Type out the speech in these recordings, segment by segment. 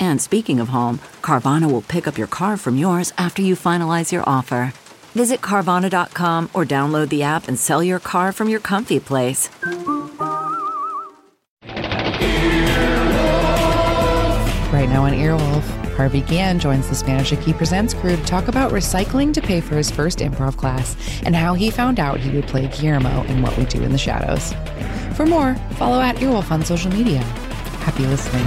And speaking of home, Carvana will pick up your car from yours after you finalize your offer. Visit Carvana.com or download the app and sell your car from your comfy place. Right now on Earwolf, Harvey Gann joins the Spanish Aki Presents crew to talk about recycling to pay for his first improv class and how he found out he would play Guillermo in What We Do in the Shadows. For more, follow at Earwolf on social media. Happy listening.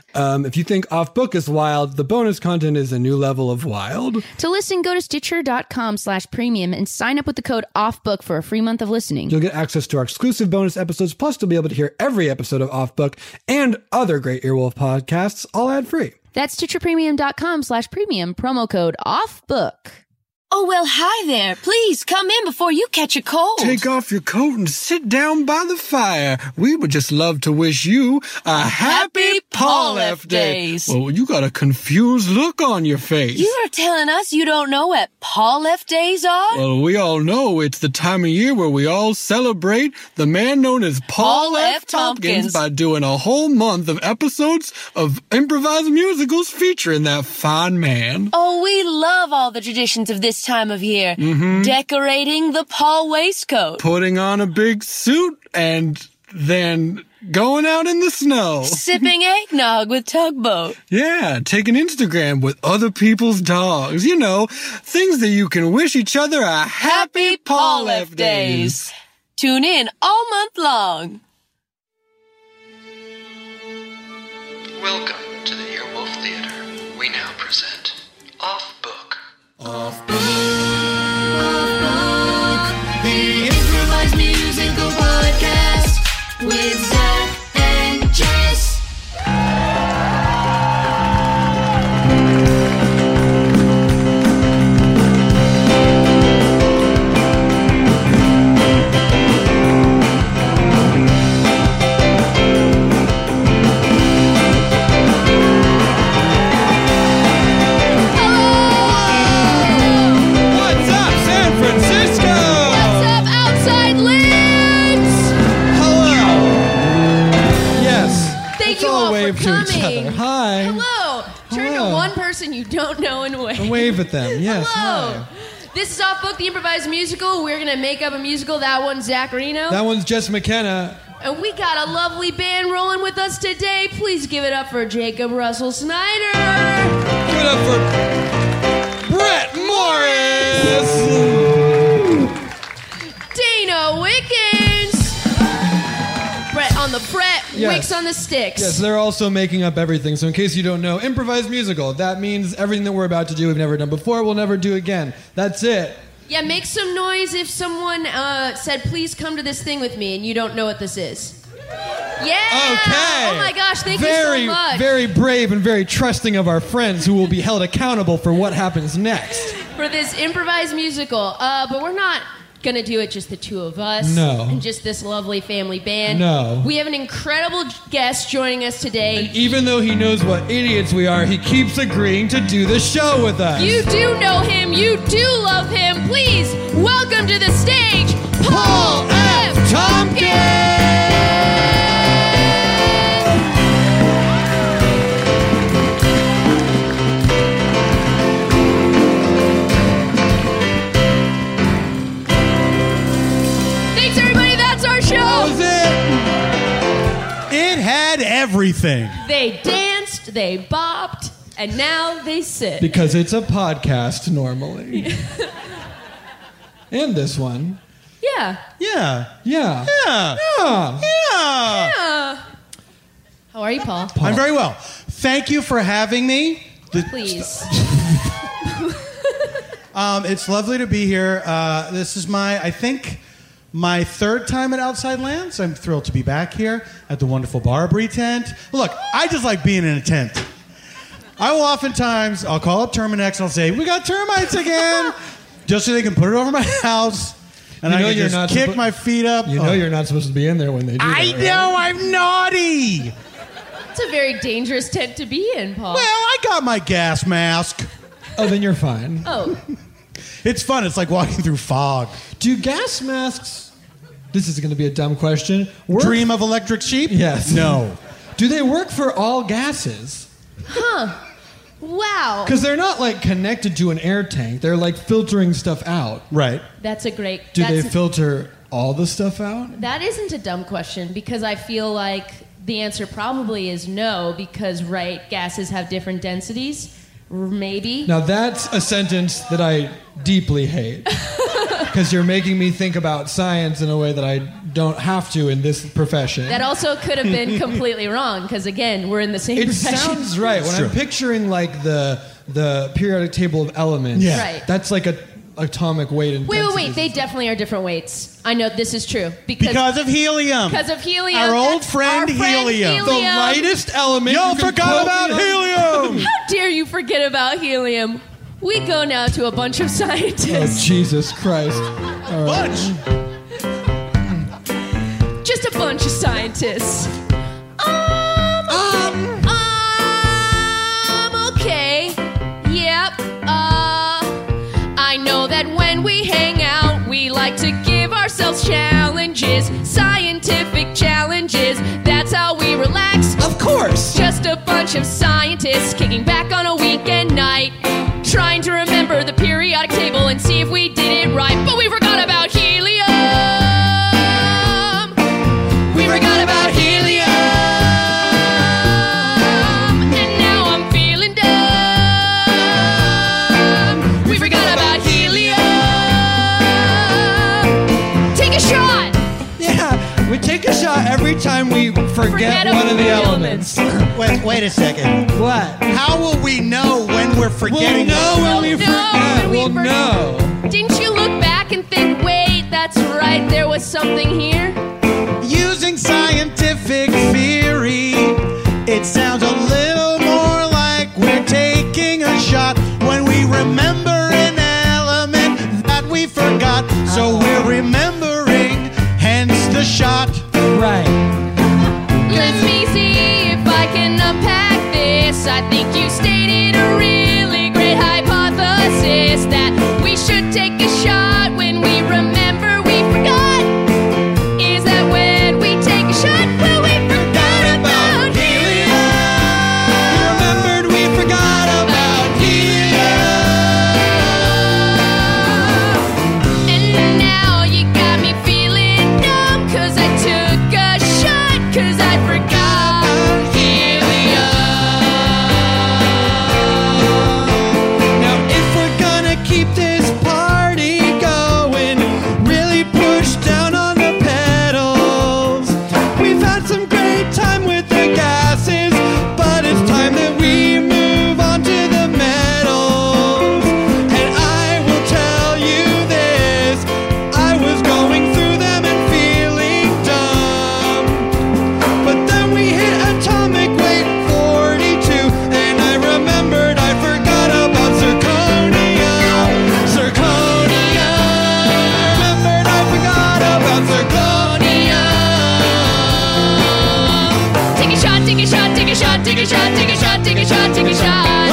Um, if you think off book is wild, the bonus content is a new level of wild. to listen, go to Stitcher.com slash premium and sign up with the code OFFBOOK for a free month of listening. You'll get access to our exclusive bonus episodes, plus, you'll be able to hear every episode of Off Book and other great Earwolf podcasts, all ad free. That's StitcherPremium.com slash premium, promo code OFFBOOK. Oh, well, hi there. Please come in before you catch a cold. Take off your coat and sit down by the fire. We would just love to wish you a happy Polef Day. Polifdays. Well, you got a confused look on your face. you are telling us you don't know what Paul F. days are? well, we all know it's the time of year where we all celebrate the man known as Paul, Paul F. F. Tompkins Tompkins. by doing a whole month of episodes of improvised musicals featuring that fine man. oh, we love all the traditions of this time of year. Mm-hmm. Decorating the Paul waistcoat. Putting on a big suit and then going out in the snow. Sipping eggnog with tugboat. Yeah, take an Instagram with other people's dogs. You know, things that you can wish each other a happy Paul F days. Tune in all month long. Welcome to the Earwolf Theater. We now present Off Book. The improvised musical podcast with Zach and Jess. What's up, San Francisco? What's up, outside Lids? Hello. Yes. Let's Thank you all for wave to each coming. other. Hi. Hello! Turn Hello. to one person you don't know and wait. Oh. And wave at them. Yes. Hello! hi. This is Off Book, the improvised musical. We're going to make up a musical. That one's Zach Reno. That one's Jess McKenna. And we got a lovely band rolling with us today. Please give it up for Jacob Russell Snyder. Give it up for Brett Morris. Dana Wickens. Brett on the fret, Yes. Wicks on the sticks. Yes, they're also making up everything. So, in case you don't know, improvised musical. That means everything that we're about to do, we've never done before, we'll never do again. That's it. yeah, make some noise if someone uh, said, please come to this thing with me, and you don't know what this is. Yeah! Okay. Oh my gosh, thank very, you so much Very brave and very trusting of our friends who will be held accountable for what happens next. for this improvised musical. Uh, but we're not gonna do it just the two of us. No. And just this lovely family band. No. We have an incredible guest joining us today. Even though he knows what idiots we are, he keeps agreeing to do the show with us. You do know him. You do love him. Please welcome to the stage, Paul Paul. F. everything They danced, they bopped, and now they sit. because it's a podcast normally. And this one. yeah. Yeah. Yeah. Yeah. Yeah. Yeah. Uh, how are you, Paul? I'm very well. Thank you for having me. The- Please. Um, it's lovely to be here. Uh, this is my, I think, my third time at Outside Lands. I'm thrilled to be back here at the wonderful Barbary tent. Look, I just like being in a tent. I will oftentimes, I'll call up Terminex and I'll say, "We got termites again," just so they can put it over my house, and You know I can you're just not kick suppo- my feet up. You know Oh. you're not supposed to be in there when they do I that, right? know I'm naughty. It's a very dangerous tent to be in, Paul. Well, I got my gas mask. Oh, then you're fine. oh, It's fun. It's like walking through fog. Do gas masks? This is going to be a dumb question. Work, Dream of electric sheep? Yes. No. Do they work for all gases? wow. Because they're not like connected to an air tank. They're like filtering stuff out. Right. That's a great. Do that's they filter all the stuff out? That isn't a dumb question because I feel like the answer probably is no because right gases have different densities. R- Maybe. Now that's a sentence that I deeply hate. Because you're making me think about science in a way that I don't have to in this profession. That also could have been completely wrong because again, we're in the same it profession. sounds right. When I'm picturing like the the periodic table of elements, Yeah. Right. that's like a atomic weight and wait, wait, wait. densities. They definitely are different weights. I know this is true because Because of helium. because of helium. Our old That's friend, our friend helium. helium. the lightest element. Y'all you can forgot quote about me on. helium. How dare you forget about helium? We go now to a bunch of Oh, scientists. Jesus Christ. Bunch. Just a bunch of scientists. Um, um, um, okay. Yep. Uh, I know that when we hang out, we like to give ourselves challenges, scientific challenges. That's how we relax. Of course. Just a bunch of scientists kicking back on a weekend night, trying to remember the periodic table and see if we did it right. But we forgot about helium. We forgot about helium. And now I'm feeling dumb. We forgot about helium. Take a shot. Yeah. We take a shot every time we forget, Forget one about of the the elements. Wait, wait a second. What? How will we know when we're We'll forgetting? know when we We'll know forget. when we We'll forget. know. Didn't you look back and think, wait, that's right, there was something here? Using scientific theory, it sounds a little more like we're taking a shot when we remember an element that we forgot. Uh-huh. So we're remembering, hence the shot. Right. Let me see if I can unpack this. I think you stated a really great hypothesis that we should take a shot when we remember we forgot. Is that when we take a shot when we forgot about helium? Remembered we forgot About helium. And now you got me feeling numb 'cause I took a shot 'cause I forgot helium. Now, if we're gonna keep this party going, really push down on the pedals. We've had some great time with the gases, but it's time that we move on to the metals. And I will tell you this I was going through them and feeling dumb. But then we hit atomic weight 42, and I remembered I forgot about zirconium. Zirconium. I remembered I forgot about zirconium. Take a shot, take a shot, take a shot, take a shot, take a shot, take a shot, take a shot.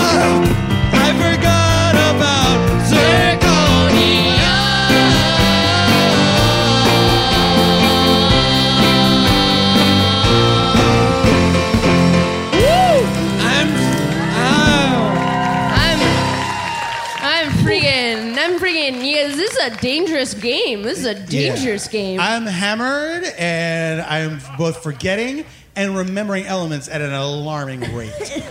I forgot about zirconium. I'm. Ow. I'm I'm friggin' I'm friggin' yeah, this is a dangerous game. This is a dangerous game. I'm hammered and I'm both forgetting and remembering elements at an alarming rate.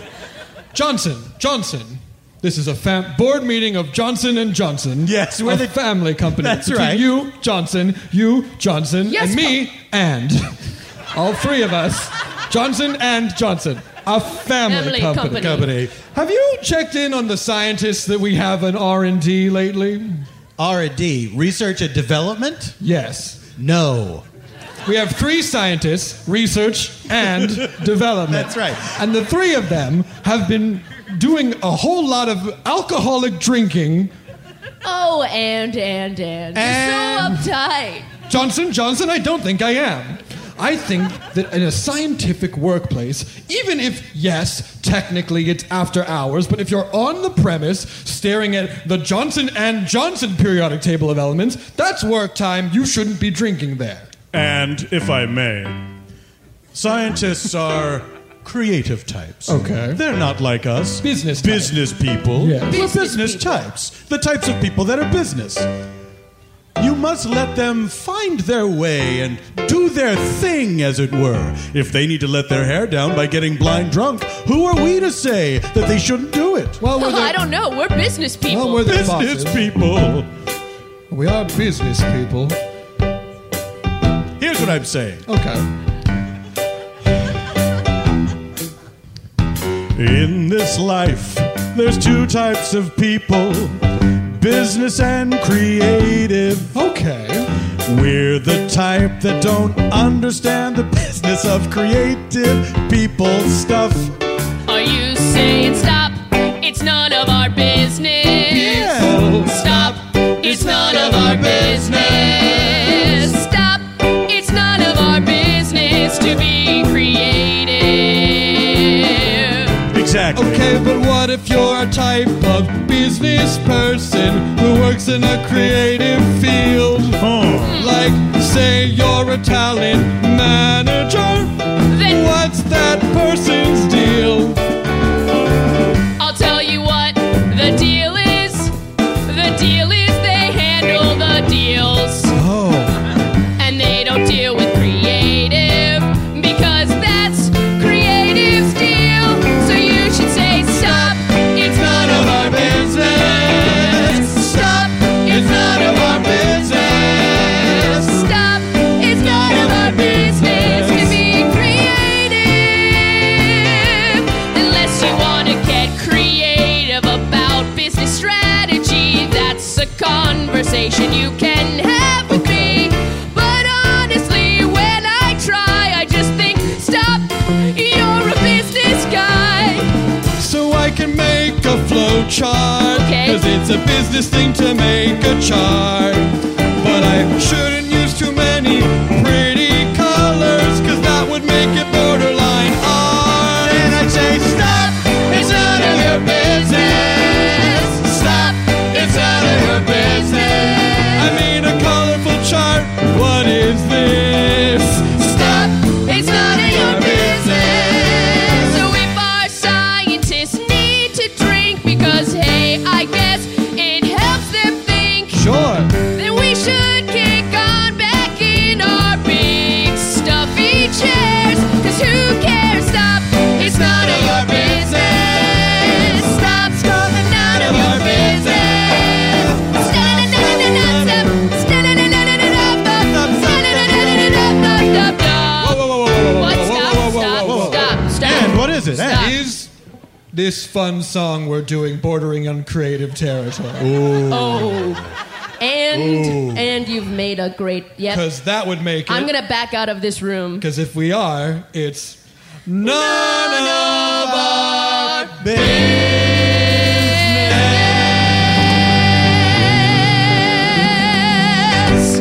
Johnson, Johnson. This is a fam- board meeting of Johnson and Johnson. Yes, we're we're the- the family company. That's Between right. You, Johnson, you, Johnson, Yes, and me, and all three of us, Johnson and Johnson, a family, Family company. Company. Have you checked in on the scientists that we have in R and D lately? R&D, research and development? Yes. No. We have three scientists, research, and development. That's right. And the three of them have been doing a whole lot of alcoholic drinking. Oh, and, and, and. And- So uptight. Johnson, Johnson, I don't think I am. I think that in a scientific workplace, even if, yes, technically it's after hours, but if you're on the premise staring at the Johnson and Johnson periodic table of elements, that's work time. You shouldn't be drinking there. And if I may, scientists are creative types. Okay. They're not like us. Business type. business people. Yeah. We're Business Business, people. types. The types of people that are business. You must let them find their way and do their thing, as it were. If they need to let their hair down by getting blind drunk, who are we to say that they shouldn't do it? Well, we're Oh, the, I don't know. We're business people. well, we're the Business bosses. people. We are business people. Here's what I'm saying. Okay. In this life, there's two types of people business and creative. Okay. We're the type that don't understand the business of creative people stuff. Are you saying stop? It's none of our business. Stop. It's none of our business. Stop. It's none of our business to be creative. Exactly. Okay, but what if you're a type of business person who works in a creative field? Like, say you're a talent manager. Then What's that person's deal? I'll tell you what the deal is. The deal is they handle the deals. Oh, and they don't deal with creative because that's creative's deal. So you should say stop. It's none of our business. Stop. It's none of our business. Stop. It's none of our business to be creative unless you want to get creative about business strategy. That's a conversation you can have with me. But honestly, when I try, I just think, stop, you're a business guy. so I can make a flow chart. Okay. Cause it's a business thing to make a chart. But I shouldn't use too many pretty colors, cause that would make it borderline art. And I'd say, stop, It's none of your business. Stop, it's none of your business. I made a colorful chart. What is this? Stop, it's none of your business. So if our scientists need to drink because, hey, I guess it helps them think, Sure. then we should kick on back in our big stuffy chairs. Cause who cares? Stop, it's none of your business. Stop, stop, it's none of your business. Stop, stop, stop, Whoa, whoa, whoa, whoa, whoa, stop, stop. whoa, What? whoa, Stop, whoa, whoa, whoa, stop, whoa, whoa. stop, stop. And what is it? And- Is this fun song we're doing bordering on creative territory? Oh. And and you've made a great yep. Because that would make it. I'm gonna back out of this room. Because if we are, it's none of our Yes.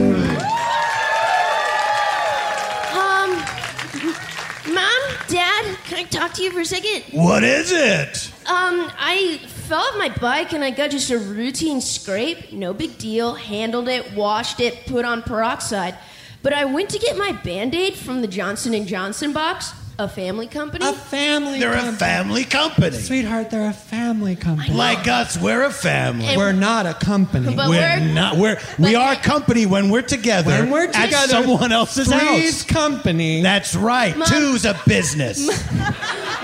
Um, mom, dad, can I talk to you for a second? What is it? Um, I fell off my bike and I got just a routine scrape. No big deal. Handled it, washed it, put on peroxide. But I went to get my band-aid from the Johnson and Johnson box. a family company? A family They're a family company. Sweetheart, they're a family company. Like us, we're a family. We're not a company. we're, not. We're we are company when we're together. When we're at together, someone else's three's house. company. That's right. Mom- Two's a business.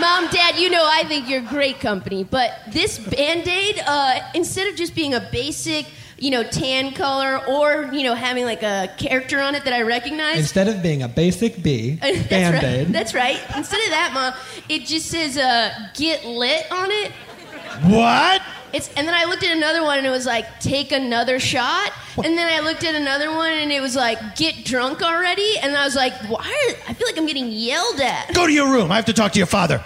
Mom, Dad, you know I think you're great company, but this band aid, uh, instead of just being a basic, you know, tan color or, you know, having like a character on it that I recognize, Instead of being a basic B, That's band right. aid. That's right. Instead of that, mom, it just says uh, "get lit" on it. What? It's and then I looked at another one and it was like "take another shot," and then I looked at another one and it was like "get drunk already," and I was like, "Why? Are, I feel like I'm getting yelled at." Go to your room. I have to talk to your father.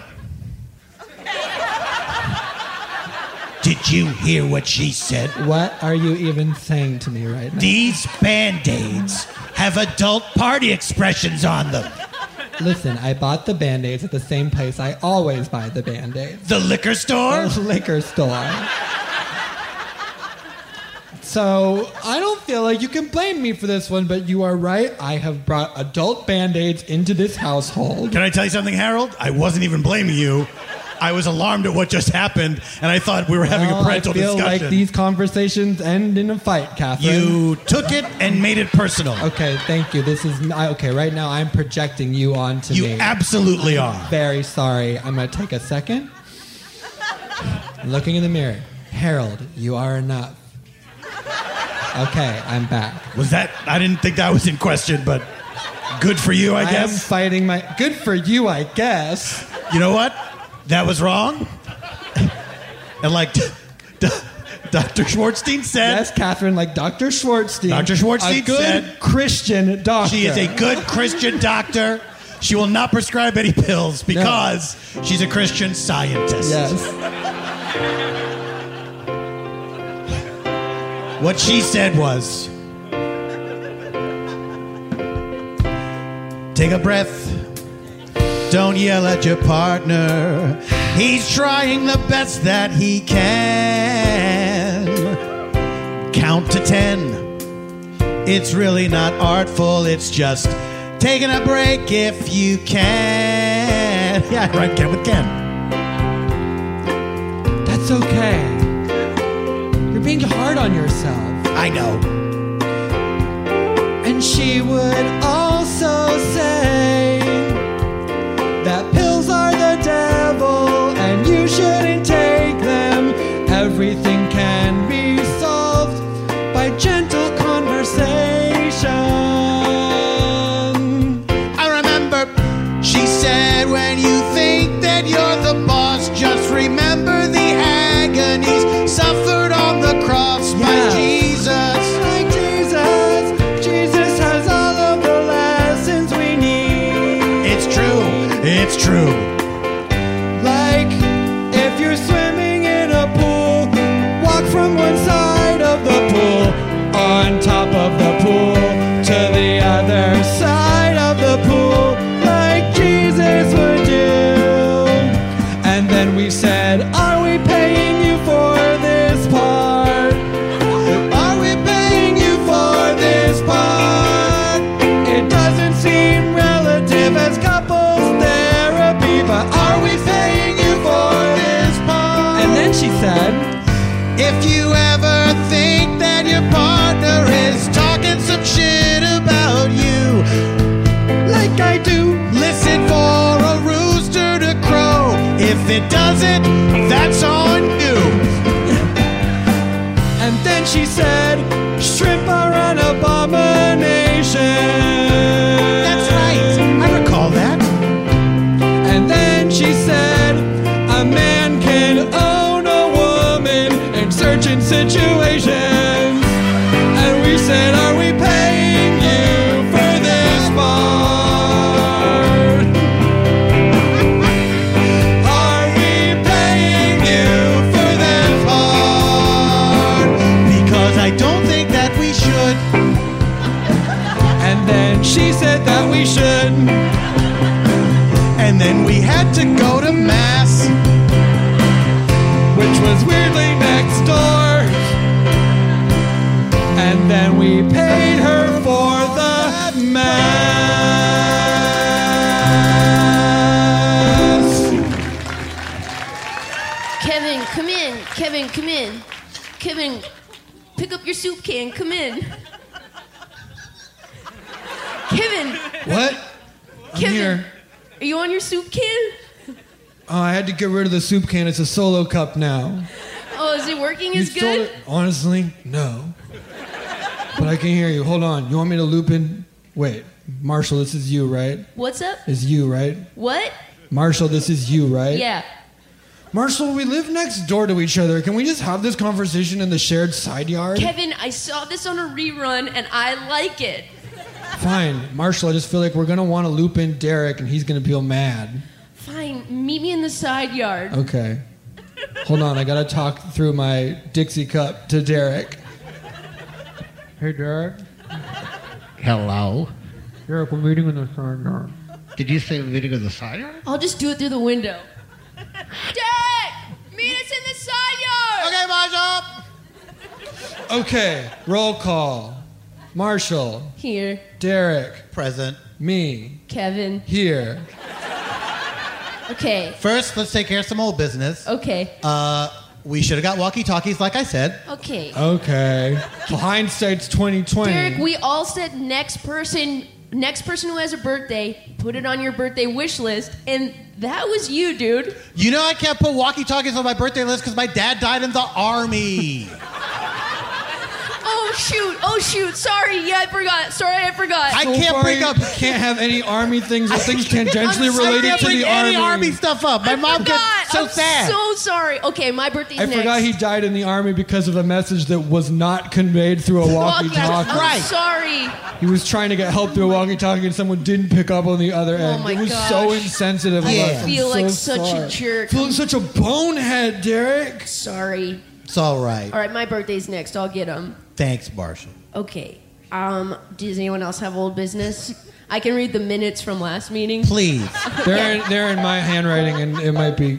Did you hear what she said? What are you even saying to me right now? These band aids have adult party expressions on them. Listen, I bought the band aids at the same place I always buy the band aids The liquor store? the liquor store. So I don't feel like you can blame me for this one, but you are right. I have brought adult band aids into this household. Can I tell you something, Harold? I wasn't even blaming you. I was alarmed at what just happened, and I thought we were having Well, a parental I feel discussion. like these conversations end in a fight, Catherine. You took it and made it personal. Okay, thank you. This is I- okay. Right now, I'm projecting you onto You me. absolutely I'm are. Very sorry. I'm gonna take a second. Looking in the mirror, Harold, you are enough. Okay, I'm back. Was that? I didn't think that was in question, but good for you, I am guess. fighting my. Good for you, I guess. You know what? That was wrong. and like Dr. Schwartzstein said, Yes, Catherine, like Dr. Schwartzstein. Dr. Schwartzstein a good said- Christian doctor. she is a good Christian doctor. She will not prescribe any pills because she's a Christian scientist. Yes. What she said was Take a breath. Don't yell at your partner. He's trying the best that he can. Count to 10. It's really not artful, it's just taking a break if you can. Yeah, right, Ken with Ken. That's okay. You're being hard on yourself. I know. And she would also say that pills are the devil and you shouldn't take them. Everything can be solved by gentle conversation. I remember she said, when you think that you're the boss, just remember the agonies suffered on the cross Yes. by Jesus. Like Jesus, Jesus has all of the lessons we need. It's true. It's true. Like if you're swimming in a pool, walk from one side of the pool, on top of the pool, to the other side of the pool, like Jesus would do. And then we said, Are we paying you for this part? Are we paying you for this part? It doesn't seem relative as couples therapy, but are we paying you for this part? And then she said, If you ever think that your partner is talking some shit about you, like I do, listen for a rooster to crow. If it doesn't, that's on you. And then she said, Shrimp are an abomination. That's right. I recall that. And then she said, A man can own a woman in certain situations. And we said, Are we paying you for this part? Are we paying you for this part? Because I don't think that we should. And then she said that we should. And then we had to go to mass. which was weirdly next door. And then we paid her for the mass. Kevin, come in. Kevin, pick up your soup can. Come in. Kevin, What? I'm Kevin. here. are you on your soup can? Oh, I had to get rid of the soup can. It's a solo cup now. Oh, is it working You as stole good? it? Honestly, no. But I can hear you. Hold on. You want me to loop in? Wait, Marshall, this is you, right? What's up? Is you, right? What? Marshall, this is you, right? Yeah. Marshall, we live next door to each other. Can we just have this conversation in the shared side yard? Kevin, I saw this on a rerun and I like it. Fine. Marshall, I just feel like we're going to want to loop in Derek and he's going to feel mad. Fine, meet me in the side yard. Okay. Hold on. I got to talk through my Dixie cup to Derek. Hey, Derek. Hello. Derek, we're meeting in the side yard. Did you say meeting in the side yard? I'll just do it through the window. Dad, meet us in the side yard. Okay, Marshall. Okay. Roll call. Marshall. Here, Derek. Present. Me. Kevin. Here. Okay, First, let's take care of some old business. okay, Uh, we should have got walkie talkies, like I said. okay. Okay. Hindsight's 2020. Derek, we all said next person, next person who has a birthday, put it on your birthday wish list, and that was you, dude. You know I can't put walkie talkies on my birthday list because my dad died in the army. Oh shoot! Oh shoot! Sorry, yeah, I forgot. Sorry, I forgot. I can't bring up. Can't have any army things or things tangentially I'm related sorry, to bring the any army. army stuff up. My I mom forgot. gets so I'm sad. So sorry. Okay, my birthday's I next. forgot he died in the army because of a message that was not conveyed through a walkie-talkie. I'm sorry. He was trying to get help through a walkie-talkie, and someone didn't pick up on the other end. Oh my it was gosh. so insensitive. of us. I I'm feel so like such sorry. a jerk. Feeling such a bonehead, Derek. Sorry. It's all right. All right, my birthday's next. I'll get them. Thanks, Marshall. Okay. Um, does anyone else have old business? I can read the minutes from last meeting. Please. They're in, they're in my handwriting, and it might be.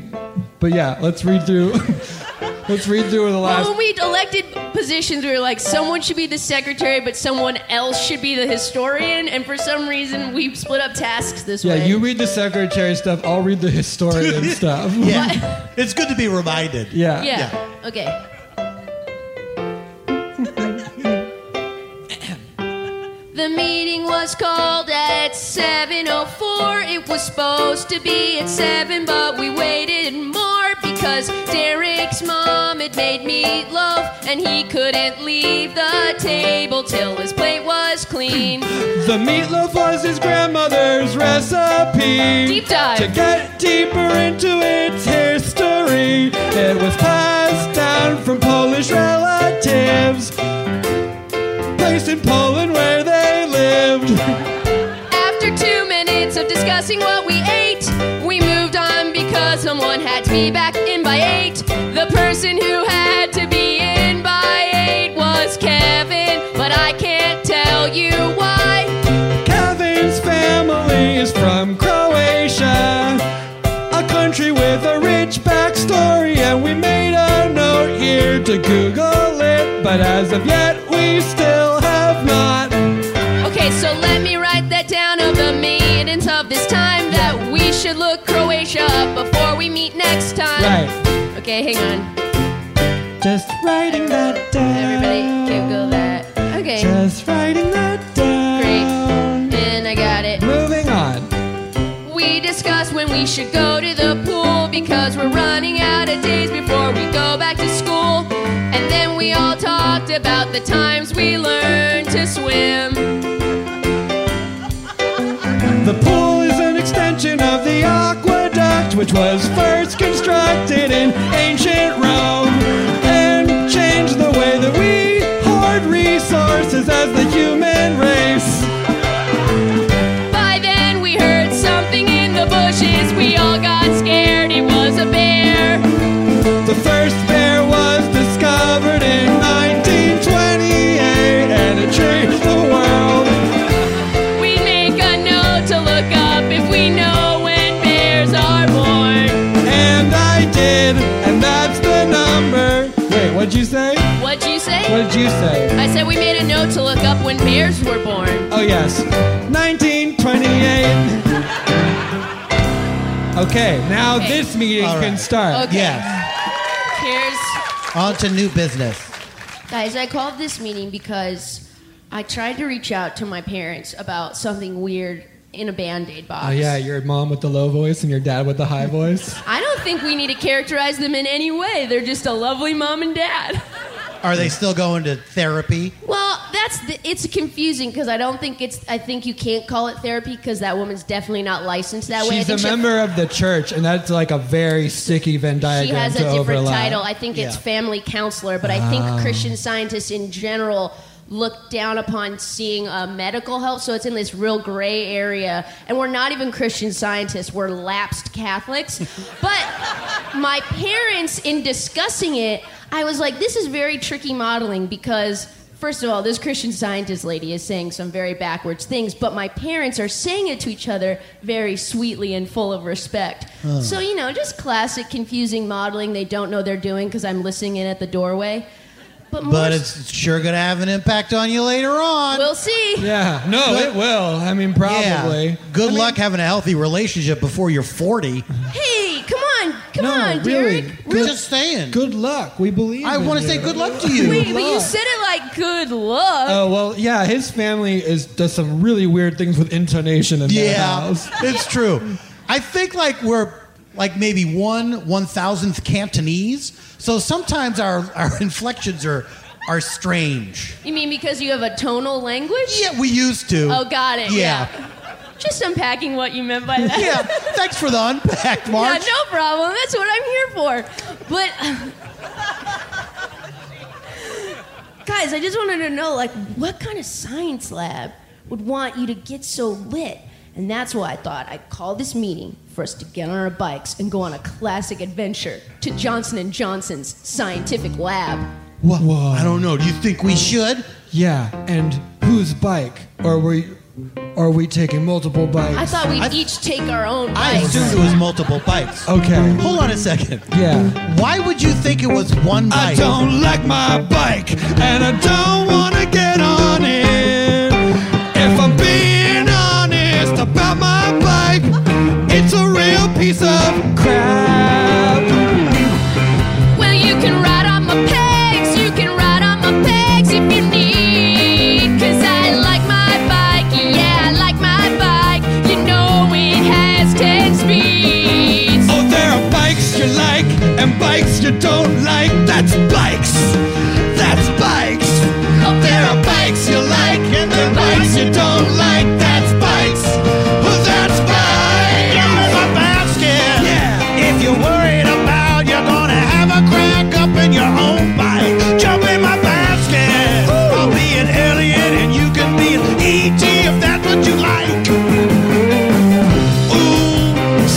But yeah, let's read through. let's read through the last. Well, when we elected positions, we were like, someone should be the secretary, but someone else should be the historian. And for some reason, we split up tasks this yeah, way. you read the secretary stuff. I'll read the historian stuff. Yeah, it's good to be reminded. Yeah. Uh, yeah. Okay. The meeting was called at 7:04. It was supposed to be at 7, but we waited more because Derek's mom had made meatloaf and he couldn't leave the table till his plate was clean. The meatloaf was his grandmother's recipe. Deep dive. To get deeper into its history, it was passed down from Polish relatives. Placed in Poland where they lived. After two minutes of discussing what we ate, we moved on because someone had to be back in by eight. The person who had to be in by eight was Kevin, but I can't tell you why. Kevin's family is from Croatia, a country with a rich backstory, and we made a note here to Google it, but as of yet, we still have not. Okay, so let me write that down of the meetings of this time that we should look Croatia up before we meet next time. Right. Okay, hang on. Just writing that down. Everybody, Google that. Okay. Just writing that down. Great. And I got it. Moving on. We discuss when we should go to the pool because we're running out of days before we go back to school. And then we all talked about the times we learned to swim. The pool is an extension of the aqueduct, which was first constructed in ancient Rome and changed the way that we hoard resources as the human race. By then we heard something in the bushes. We all got scared. It was a bear. The first bear was discovered in 1928 and it changed the world. We make a note to look up if we know when bears are born. And I did, and that's the number. Wait, what'd you say? What'd you say? What did you say? I said we made a note to look up when bears were born. Oh, yes. 1928. Okay, now this meeting All can right. start. Okay. Yes. Here's On to new business. Guys, I called this meeting because I tried to reach out to my parents about something weird in a band aid box. Oh yeah, your mom with the low voice and your dad with the high voice. I don't think we need to characterize them in any way. They're just a lovely mom and dad. Are they still going to therapy? Well, that's the, it's confusing because I don't think it's. I think you can't call it therapy because that woman's definitely not licensed that way. I She's a think she- member of the church, and that's like a very sticky Venn diagram She has a to different overlap. title. I think it's Yeah. family counselor, but I think Ah. Christian scientists in general look down upon seeing uh, medical help. So it's in this real gray area, and we're not even Christian scientists. We're lapsed Catholics. but my parents, in discussing it, I was like, "This is very tricky modeling because." First of all, this Christian scientist lady is saying some very backwards things, but my parents are saying it to each other very sweetly and full of respect. Huh. So, you know, just classic confusing modeling they don't know they're doing because I'm listening in at the doorway. But, more But it's sure going to have an impact on you later on. We'll see. Yeah. No, it will. I mean, Yeah. Good luck having a healthy relationship before you're 40. Hey, come on, come on, Derek. Good, just saying. Good luck. We believe. I in want to you. say good luck to you. Wait, but you said it like good luck. Oh well, yeah. His family is does some really weird things with intonation in their Yeah, house. it's true. I think like we're like maybe one one thousandth Cantonese. So sometimes our our inflections are are strange. You mean because you have a tonal language? Yeah, we used to. Oh, got it. Yeah. Yeah. Just unpacking what you meant by that. Yeah. Thanks for the unpacked, March. Yeah, no problem. That's what I'm here for. But guys, I just wanted to know like what kind of science lab would want you to get so lit? And that's why I thought I'd call this meeting for us to get on our bikes and go on a classic adventure to Johnson and Johnson's scientific lab. What? I don't know. Do you think we should? Yeah. And whose bike? Are we? Are we taking multiple bikes? I thought we'd each take our own I bikes. assumed it was multiple bikes. Okay. Hold on a second. Yeah. Why would you think it was one bike? I don't like my bike, and I don't want to get on it. If I'm being honest about my bike, it's a real piece of crap. Well, you can ride on my pegs, you can ride on my pegs if you need. Cause I like my bike, yeah, I like my bike. You know it has 10 speeds. Oh, there are bikes you like and bikes you don't like. That's bikes. That's bikes. Oh, there are bikes you like and there are bikes you don't like. That's bikes. Oh, that's bikes. You're a basket. Yeah. If you're worried about, you're gonna have a crack up in your own bike. Jump in my basket. I'll be an alien and you can be an ET if that's what you like.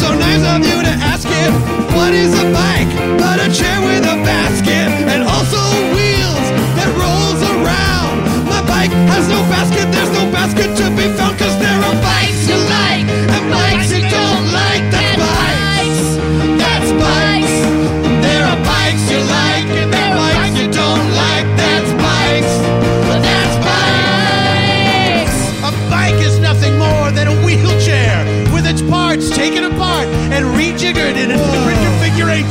So nice of you to ask it. What is a bike but a chair with a basket and also wheels that rolls around? My bike has no basket. There's no basket to be found because there are bikes you like and bikes you don't like. That's bikes. That's bikes. There are bikes you like and there are bikes you don't like. That's bikes. That's bikes. A bike is nothing more than a wheelchair with its parts taken apart and rejiggered in a different configuration.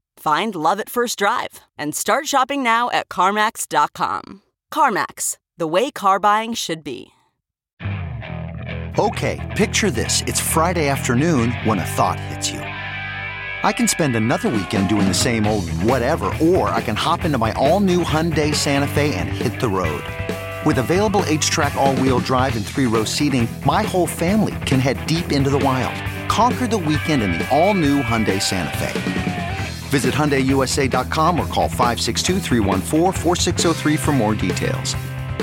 Find love at first drive and start shopping now at CarMax.com. CarMax, the way car buying should be. Okay, picture this. It's Friday afternoon when a thought hits you. I can spend another weekend doing the same old whatever, or I can hop into my all-new Hyundai Santa Fe and hit the road. With available H-track all-wheel drive and three-row seating, my whole family can head deep into the wild. Conquer the weekend in the all-new Hyundai Santa Fe. Visit HyundaiUSA.com or call 562-314-4603 for more details.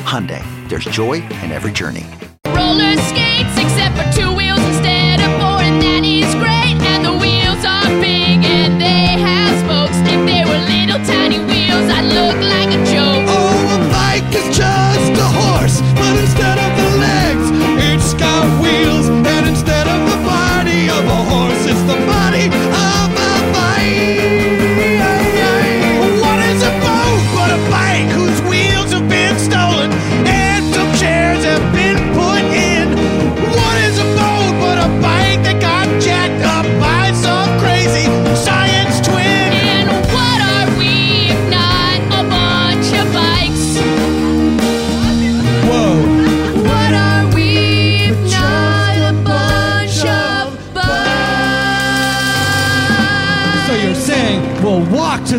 Hyundai, there's joy in every journey. Roller skates, except for two wheels instead of four, and that is great. And the wheels are big and they have spokes. If they were little tiny wheels, I'd look like a joke. Oh, a bike is just a horse, but instead of the legs, it's got wheels. And instead of the body of a horse, it's the body of a bike. What is a boat but a bike whose wheels have been stolen and some chairs have been put in? What is a boat but a bike that got jacked up by some crazy science twin? And what are we if not a bunch of bikes? Whoa. What are we if not a bunch of So you're saying we'll walk to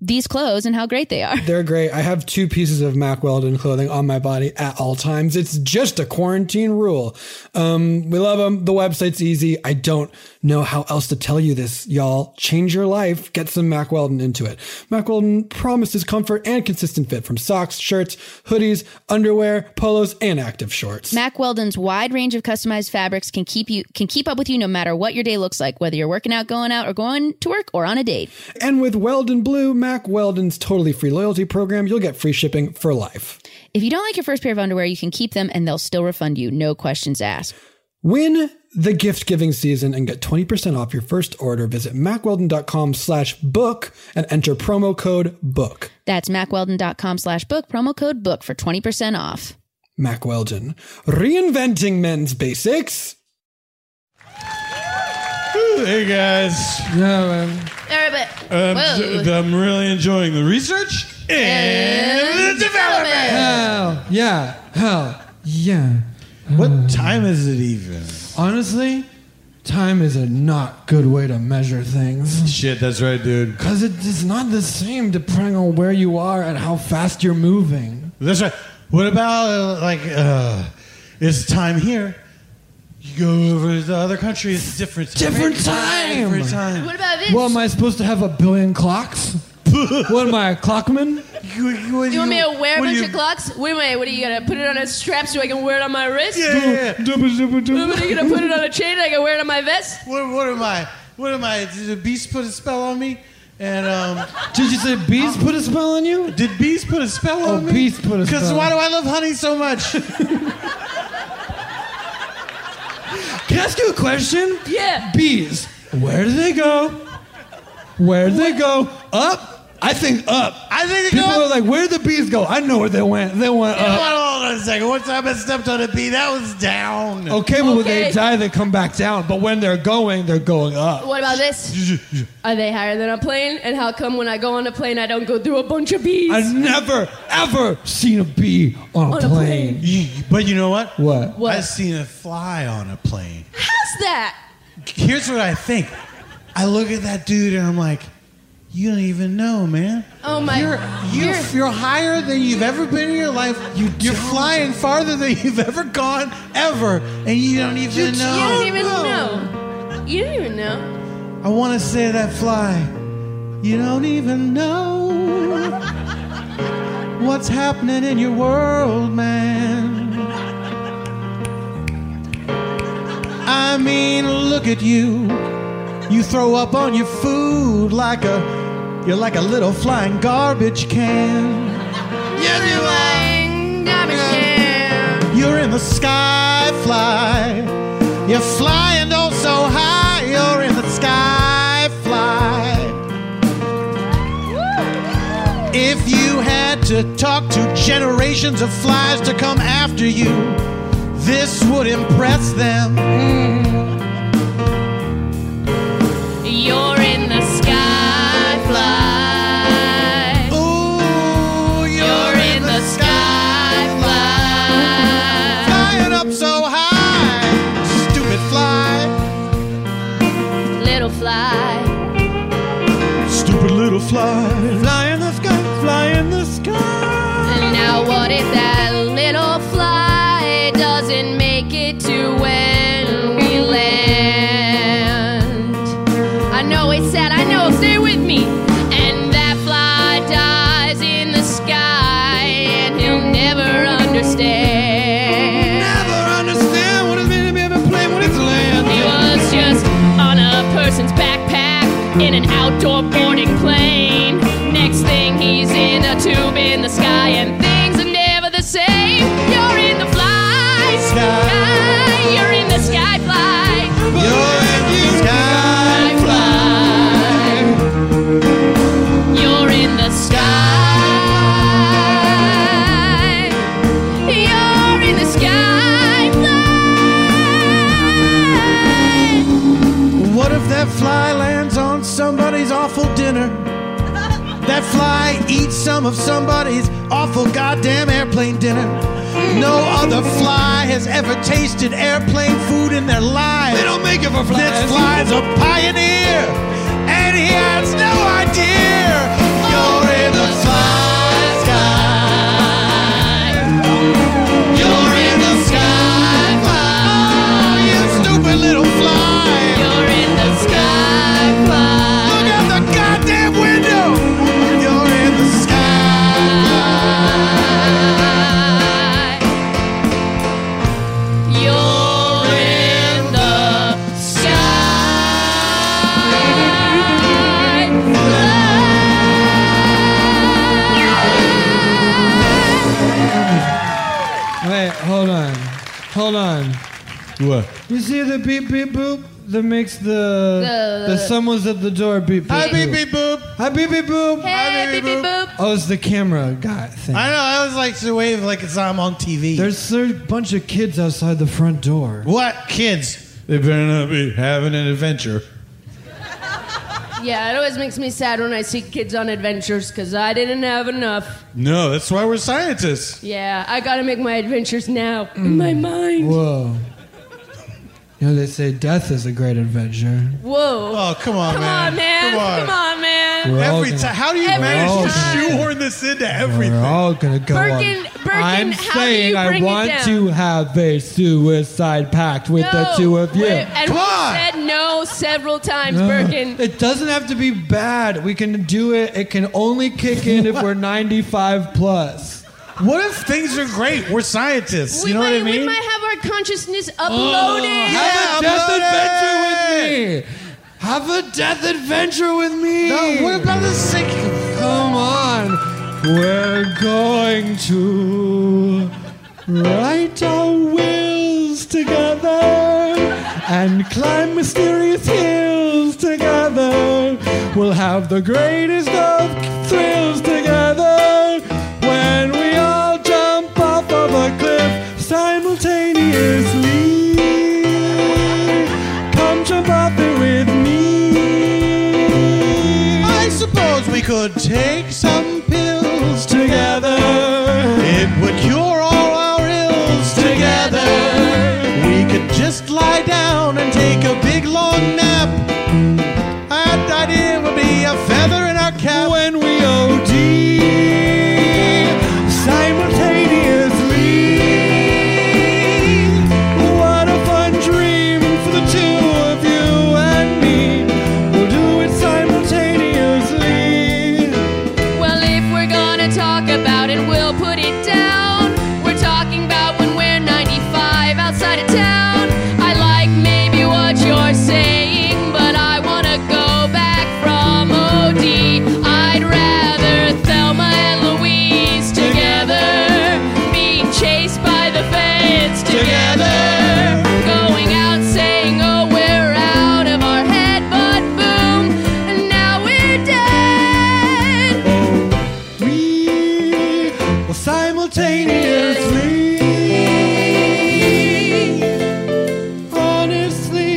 these clothes and how great they are. They're great. I have two pieces of Mack Weldon clothing on my body at all times. It's just a quarantine rule. Um, we love them. The website's easy. I don't know how else to tell you this, y'all. Change your life. Get some Mack Weldon into it. Mack Weldon promises comfort and consistent fit from socks, shirts, hoodies, underwear, polos, and active shorts. Mack Weldon's wide range of customized fabrics can keep you can keep up with you no matter what your day looks like, whether you're working out, going out, or going to work or on a date. And with Weldon Blue, Mac Weldon's totally free loyalty program, you'll get free shipping for life. If you don't like your first pair of underwear, you can keep them and they'll still refund you, no questions asked. Win the gift giving season and get 20% off your first order. Visit macweldon.com slash book and enter promo code book. That's macweldon.com slash book, promo code book for 20% off. Mac Weldon, reinventing men's basics. Hey guys. Yeah, man. All right, but Um, whoa. th- I'm really enjoying the research and the development. Hell yeah. Hell yeah. Um, What time is it even? Honestly, time is a not good way to measure things. Shit, that's right, dude. Because it's not the same depending on where you are and how fast you're moving. That's right. What about uh, like uh, it's time here? You go over to the other country. It's a different time. Different time. Different time. What about this? Well, am I supposed to have a billion clocks? what am I, a clockman? Do you want me to wear a what do bunch you- of clocks? Wait a minute, what are you gonna put it on a strap so I can wear it on my wrist? Am I gonna put it on a chain? I can wear it on my vest. What, what am I? What am I? Did a beast put a spell on me? And um, did you say bees put a spell on you? Did bees put a spell Oh, on me? bees put a Because spell. Uh, why do I love honey so much? Can I ask you a question? Yeah. Bees, where do they go? Where do they go? Up? I think up. I think People are like, where did the bees go? I know where they went. They went up. hold on a second. One time I stepped on a bee, that was down. Okay, well, when they die, they come back down. But when they're going, they're going up. What about this? Are they higher than a plane? And how come when I go on a plane, I don't go through a bunch of bees? I've never, ever seen a bee on a On a plane. But you know what? What? I've seen a fly on a plane. How's that? Here's what I think. I look at that dude and I'm like, you don't even know, man. Oh my! You're you're, you're, higher than you've ever been in your life. You you're flying farther than you've ever gone ever, and you don't even you, know. don't even know. You don't even know. I want to say that fly. You don't even know what's happening in your world, man. I mean, look at you. You throw up on your food like a you're like a little flying garbage can. Yes, you are. Garbage can. You're in the sky, fly. You're flying oh so high. You're in the sky, fly. If you had to talk to generations of flies to come after you, this would impress them. You're in the sky, fly. Ooh, you're in the sky, fly. Flying up so high, stupid fly, Little fly. stupid little fly. Fly in the sky, fly in the sky. And now what if that little fly doesn't make it to when we land? I know it's sad, I know, stay with me. And that fly dies in the sky, and he'll never understand. Never understand what it's meant to be a plane when it's land. He was just on a person's backpack in an outdoor boarding plane. Next thing he's in a tube in the sky, and things are never the same. You're in the fly sky, you're in the sky fly, You're in the sky, fly. You're in the sky. You're in the sky fly. What if that fly lands on somebody's awful dinner? That fly eats some of somebody's awful goddamn airplane dinner. No other fly has ever tasted airplane food in their lives. They don't make it for flies. This fly's a pioneer, and he has no idea. You're in the fly sky. You're in the sky fly. You stupid little fly. You're in the sky fly. Look out the goddamn window. You're in the sky. You're in the sky Wait, hold on. Hold on. What? You see the beep beep boop that makes the The- the someone's at the door beep beep. Hi, beep, boop. beep, boop. Hi beep beep boop. Hey, beep, beep, boop. Oh, it's the camera guy thing. I know. I was like to wave like it's I'm on TV. There's a bunch of kids outside the front door. what kids? They better not be having an adventure. Yeah, it always makes me sad when I see kids on adventures because I didn't have enough. No, that's why we're scientists. Yeah, I gotta make my adventures now Mm. in my mind. Mm. Whoa. You know they say death is a great adventure. Whoa. Oh, come on, Come man. on, man. Come on. Come on, man. We're all Every gonna- time, how do you Every manage to time. shoehorn this into everything? We're all gonna go Birkin- on. Birkin, I'm how do saying you bring I it want down? to have a suicide pact with the No. two of you. Uh, Wait, And Come we on. said no several times, Ugh. Birkin. It doesn't have to be bad. We can do it. It can only kick in if we're 95 plus. What if things are great? We're scientists. We you know might, what I mean? We might have our consciousness Oh, uploaded. have a death upload adventure with me. Have a death adventure with me. no, what about the sick? Come on. We're going to write our wills together and climb mysterious hills together. We'll have the greatest of thrills together when we all jump off of a could take some pills together. It would cure all our ills together. We could just lie down and take a big long nap. Our idea would be a feather in our cap when we OD simultaneously. What a fun dream for the two of you and me. We'll do it simultaneously. Well, if we're gonna talk about it, we'll put it down. We're talking about when we're 95 outside of town. I like maybe what you're saying, but I wanna go back from OD. I'd rather Thelma and Louise together, being chased by the feds together. Going out saying, oh, we're out of our head, but boom, and now we're dead. Well, simultaneously. Honestly,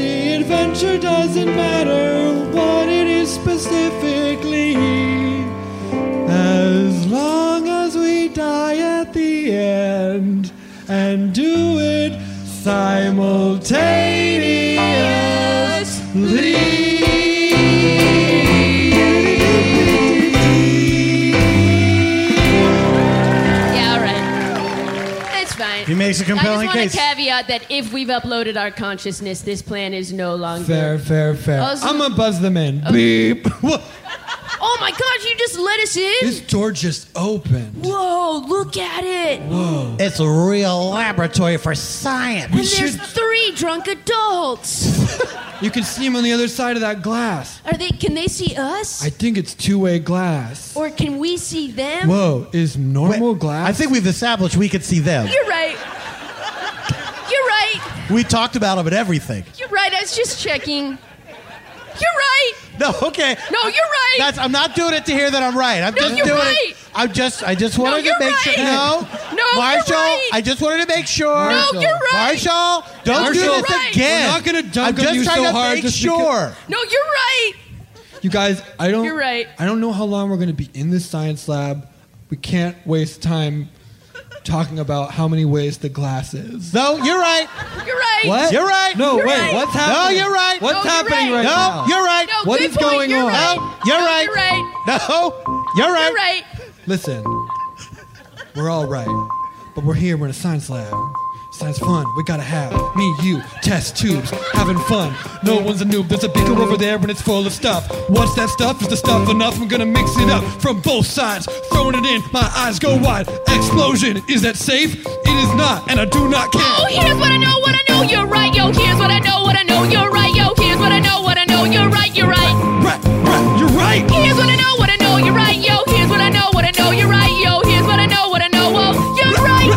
the adventure doesn't matter what it is specifically. As long as we die at the end and do it simultaneously. Yeah, all right. It's fine. He makes a compelling I just case. want to caveat that if we've uploaded our consciousness, this plan is no longer. Fair, fair, fair. Also- I'm gonna buzz them in. Beep. What? Oh my gosh, you just let us in? This door just opened. Whoa, look at it. Whoa. It's a real laboratory for science. And there's three drunk adults. You can see him on the other side of that glass. Are they? Can they see us? I think it's two-way glass. Or can we see them? Whoa, is normal glass? I think we've established we could see them. You're right. You're right. We talked about them at everything. You're right. I was just checking. You're right. No, okay. No, you're right. That's, I'm not doing it to hear that I'm right. I'm No, just you're doing right. it. I'm just. I just wanted you're to make right. sure. No, No, you're Marshall. right. I just wanted to make sure. No, you're right. Marshall, don't Marshall, do this you're right. again. We're not gonna dunk I'm on just you trying so to hard make just because- sure. No, you're right. You guys, I don't. You're right. I don't know how long we're going to be in this science lab. We can't waste time talking about how many ways the glass is. No, you're right. You're right. What? You're right. No, wait. What's happening? No, you're right. What's No, you're happening right. right, No, now? you're right. No, What good is point. going you're on? Right. No, you're No, right. You're right. No, you're right. You're right. Listen, we're all right, but we're here. We're in a science lab. Science fun. We gotta have me, you, test tubes, having fun. No one's a noob. There's a beaker over there, and it's full of stuff. What's that stuff? Is the stuff enough? I'm gonna mix it up from both sides, throwing it in. My eyes go wide. Explosion. Is that safe? It is not, and I do not care. Oh, here's what I know, what I know, you're right, yo. Here's what I know, what I know, you're right, yo. Here's what I know, what I know, you're right, you're right. Right, right, you're right. Here's what I know, what I know, you're right, yo. Here's what I know, what I know, you're right, yo. Here's what I know, what I know, whoa, you're right.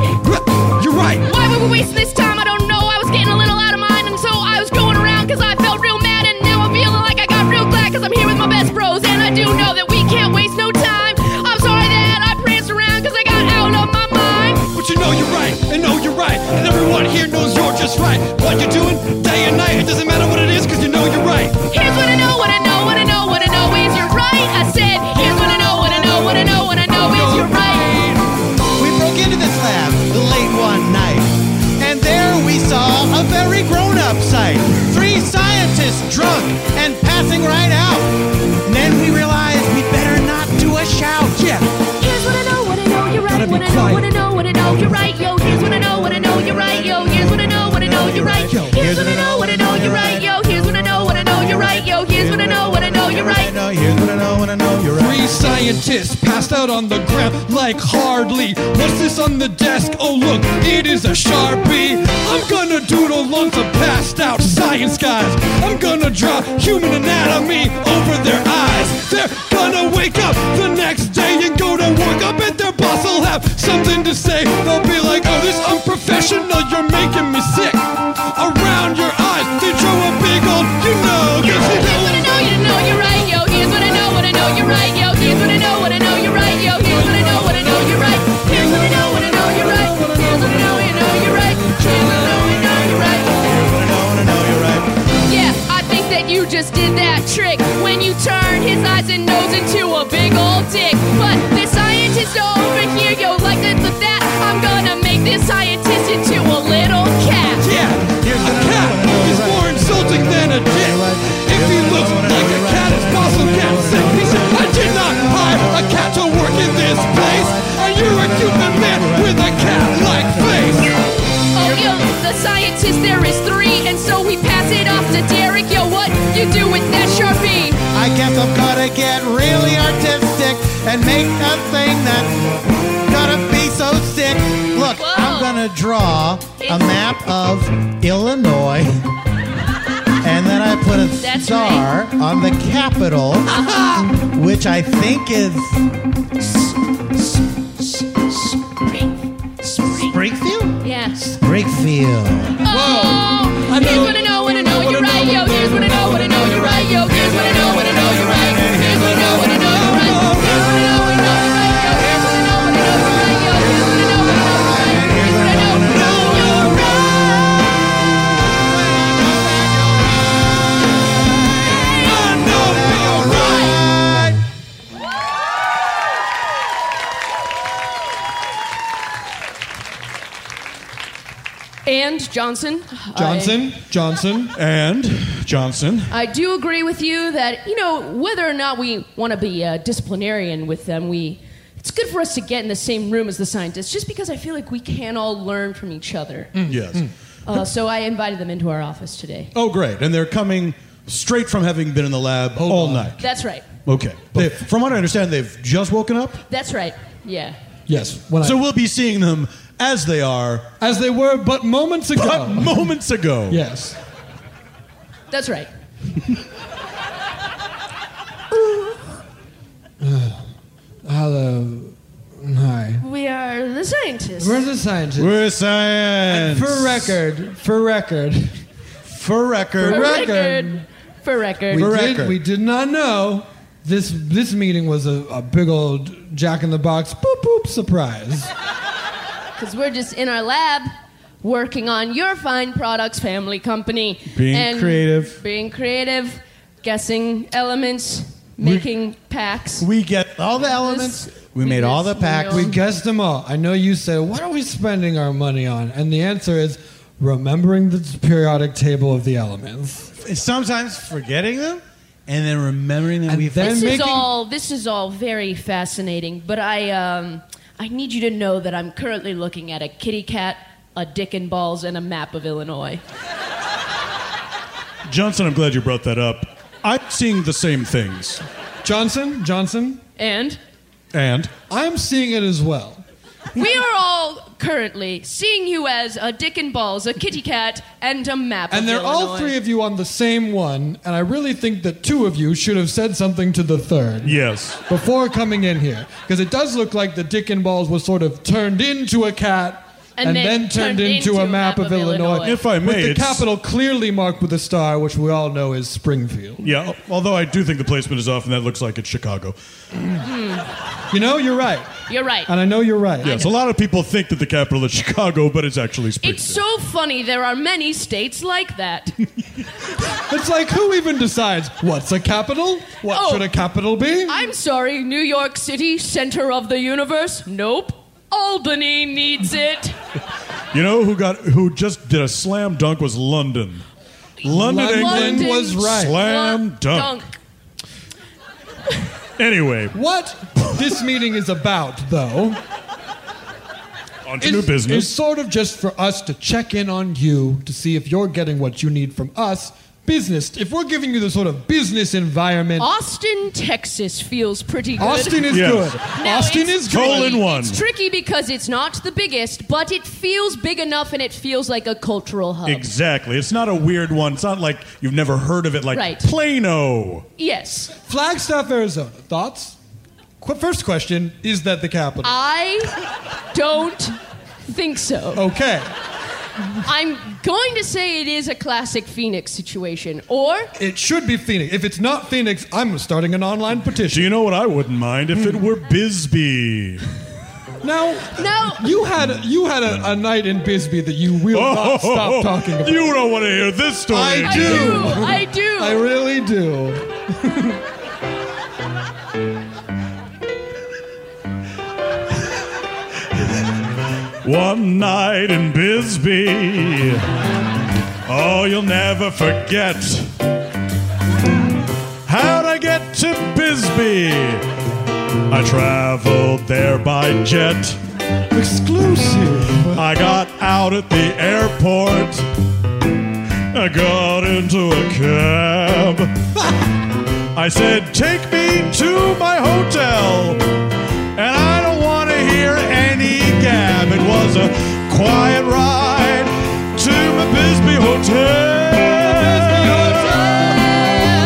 You're right. Why were we wasting this time? I don't know. I was getting a little out of mind, and so I was going around because I felt real mad, and now I'm feeling like I got real glad because I'm here with my best bros, and I do know that we can't waste no time. I'm sorry that I pranced around because I got out of my mind. But you know you're right, and know you're right, and everyone here knows you're just right. What you're doing day and night, it doesn't matter what it is, cause you know you're right. Here's what I know, what I know, what I know, what I know is you're right. I said, here's what I know, what I know, what I know, what I know is you're right. We broke into this lab late one night, and there we saw a very grown up sight. Three scientists drunk and passing right out. And then we realized we'd better not do a shout. Yeah. Here's what I know, what I know, you're right. What I know, what I know, what I know, you're right. Yo, here's what I know, what I know, you're right. Yo, here's what I know, what I know, you're right. Here's what I know, what I know, you're right. Yo, here's what I know, what I know, you're right. Yo, here's what I know, what I know, you're right. No, here's what I know, what I know, you're right. Three scientists passed out on the ground like hardly. What's this on the desk? Oh, look, it is a Sharpie. I'm gonna doodle lungs of passed out science guys. I'm gonna draw human anatomy over their eyes. They're gonna wake up the next day and go to work. I bet their boss will have something to say. They'll be like, oh, this unprofessional, you're making me sick. Around your eyes, they drew a big old, you know, 'cause you Here's what I know, you know, you're right. Yo, here's what I know, what I know, you're right. Yo, here's what I know, what I know, you're right. Yo, here's what I know, what I know, you're right. Here's what I know, what I know, you're right. Here's what I know, you know, you're right. Here's what I know, you know, you're right. Yeah, I think that you just did that trick when you turned his eyes and nose into a sick. But this scientist over here, yo, like this with that. I'm gonna make this scientist into a little cat. Yeah, a cat is more insulting than a dick. If he looks like a cat, it's possible cat sick piece of- I did not hire a cat to work in this place. And you're a human man with a cat-like face. Oh, yo, the scientist, there is three, and so we pass it off to Derek. Yo, what you do with that Sharpie? I guess I'm gonna get really artistic and make a thing that's gonna be so sick. Look, I'm gonna draw a map of Illinois, and then I put a That's star right. on the capital, Aha. which I think is Springfield. Yeah. Springfield. Oh, I here's know. what I know, what I know, I you're right, yo. Here's what I know, what I know, you're right, yo. Here's what I know, what I know, you're right. Here's what I know, what I know, you're right. And Johnson. I- Johnson, Johnson, and Johnson. I do agree with you that you know whether or not we want to be uh, disciplinarian with them, we it's good for us to get in the same room as the scientists, just because I feel like we can all learn from each other. Hmm. Yes. Uh, so I invited them into our office today. Oh, great. And they're coming straight from having been in the lab Oh, all night. That's right. Okay. They- from what I understand, they've just woken up. That's right. Yeah. Yes. so we'll be seeing them as they are. As they were but moments ago. moments ago. Yes. That's right. Uh, Hello. Hi. We are the scientists. We're the scientists. We're science. for record, for record, for record, For record. For record. We, did, we did not know this. This meeting was a, a big old Jack in the Box boop boop surprise. Because we're just in our lab working on your fine products family company. Being creative. Being creative, guessing elements, making packs. We get all the elements. We made all the packs. We guessed them all. I know you said, "What are we spending our money on?" And the answer is remembering the periodic table of the elements. Sometimes forgetting them and then remembering them. we've this is all this is all very fascinating, but I um, I need you to know that I'm currently looking at a kitty cat, a dick and balls, and a map of Illinois. Johnson, I'm glad you brought that up. I'm seeing the same things. Johnson, Johnson, And and I'm seeing it as well. we are all currently seeing you as a dick and balls, a kitty cat, and a map And of they're Illinois. all three of you on the same one, and I really think that two of you should have said something to the third. Yes. Before coming in here, because it does look like the dick and balls was sort of turned into a cat. And And, then then, turned, into, a map, of, Illinois. Illinois. If I may, With the it's- capital clearly marked with a star, which we all know is Springfield. Yeah, although I do think the placement is off, and that looks like it's Chicago. You know, you're right. Hmm. You're right. I know you're right. Yes, a lot of people think that the capital is Chicago, but it's actually Springfield. It's so funny. There are many states like that. It's like, who even decides what's a capital? What Oh. should a capital be? I'm sorry, New York City, center of the universe. Nope. Albany needs it. You know who got who just did a slam dunk was London. London, London England was right. Slam Lon- dunk. Anyway, What this meeting is about, though, on to is, new is business. sort of just for us to check in on you to see if you're getting what you need from us. Business. If we're giving you the sort of business environment, Austin, Texas feels pretty good. Austin is Yes. good. Now, Austin it's is good. tricky. Hole in one. It's tricky because it's not the biggest, but it feels big enough and it feels like a cultural hub. Exactly. It's not a weird one. It's not like you've never heard of it like Right. Plano. yes. Flagstaff, Arizona. Thoughts? Qu- First question Is that the capital? I don't think so. okay. I'm going to say it is a classic Phoenix situation. Or It should be Phoenix. If it's not Phoenix, I'm starting an online petition. Hmm. Do you know what I wouldn't mind if it were Bisbee? Now, no. you had you had a, a night in Bisbee that you will not stop talking about. Oh, You don't want to hear this story. I I do. I do. I really do. one night in Bisbee. Oh, you'll never forget. How'd I get to Bisbee? I traveled there by jet. Exclusive. I got out at the airport. I got into a cab. I said, Take me to my hotel. And I don't want to hear any gab. It was a quiet ride to my Bisbee Hotel.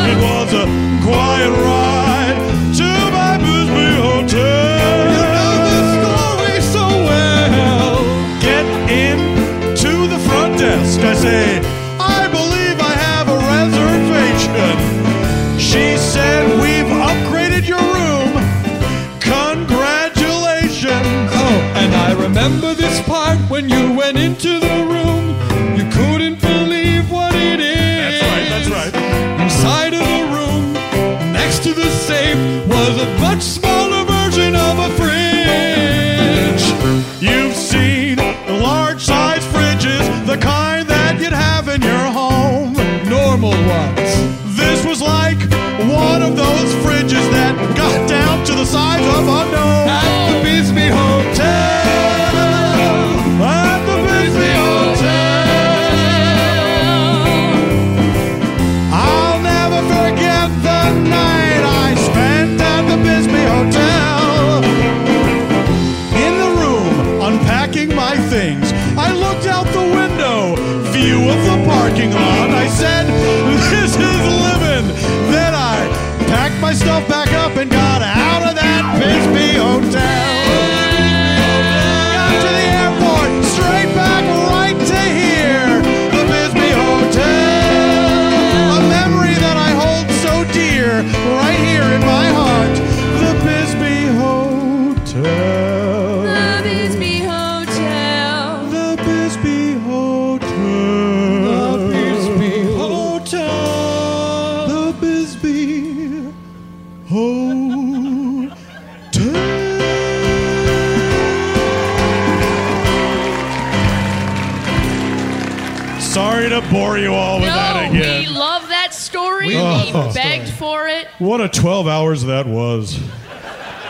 It was a quiet ride to my Bisbee Hotel. You know the story so well. Get in to the front desk. I say, I believe I have a reservation. She said, We've upgraded your room. Congratulations. Oh, and I remember this part when you went into the room. You couldn't believe what it is. That's right, that's right. Inside of the room, next to the safe, was a much smaller version of a fridge. You've seen the large size fridges, the kind that you'd have in your home. Normal ones. This was like one of those fridges that got down to the size of a gnome. At the Bisbee Hotel. At the Bisbee Hotel. I'll never forget the night I spent at the Bisbee Hotel. In the room, unpacking my things, I looked out the window, view of the parking lot. I said, This is living. Then I packed my stuff back up and got out of that Bisbee hotel. Got to the airport, straight back right to here, the Bisbee Hotel. A memory that I hold so dear, right here in my heart, the Bisbee Hotel. The Bisbee Hotel. The Bisbee Hotel. The Bisbee Hotel. The Bisbee Hotel. Sorry to bore you all with that No, again. we love that story. We We, love that begged for it. what a 12 hours that was.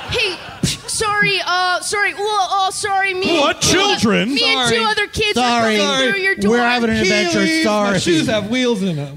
Hey, psh, sorry, uh, sorry, well, oh, sorry, me. What, children? Me and two Sorry. other kids Sorry. were coming through your door. Keeley's, My sorry. shoes have wheels in them.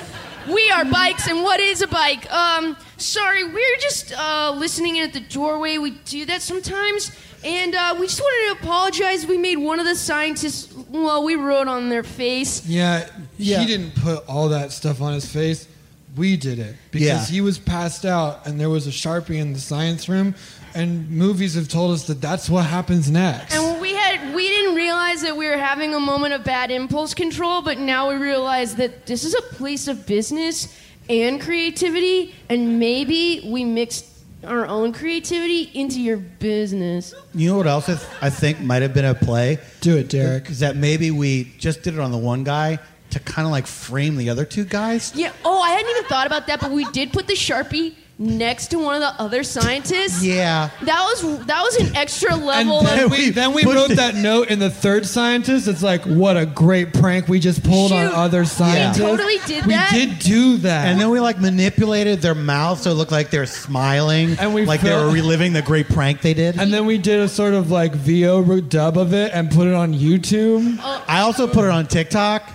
we are bikes, and what is a bike? Um, sorry, we're just uh, listening in at the doorway. We do that sometimes, and uh, we just wanted to apologize. We made one of the scientists. Well, we wrote on their face. Yeah, Yeah. he didn't put all that stuff on his face. We did it because Yeah. he was passed out, and there was a sharpie in the science room. And movies have told us that that's what happens next. And we had we didn't realize that we were having a moment of bad impulse control, but now we realize that this is a place of business and creativity, and maybe we mixed our own creativity into your business. You know what else I, th- I think might have been a play? Do it, Derek. Is that maybe we just did it on the one guy to kind of like frame the other two guys? Yeah. Oh, I hadn't even thought about that, but we did put the sharpie next to one of the other scientists. Yeah. That was that was an extra And level. then of, we, then we wrote that note in the third scientist. It's like, what a great prank we just pulled on Shoot. other We scientists. totally did We that. did do that. And then we like manipulated their mouth so it looked like they were smiling. And we like they felt- were reliving the great prank they did. And then we did a sort of like VO re- dub of it and put it on YouTube. I also put it on TikTok.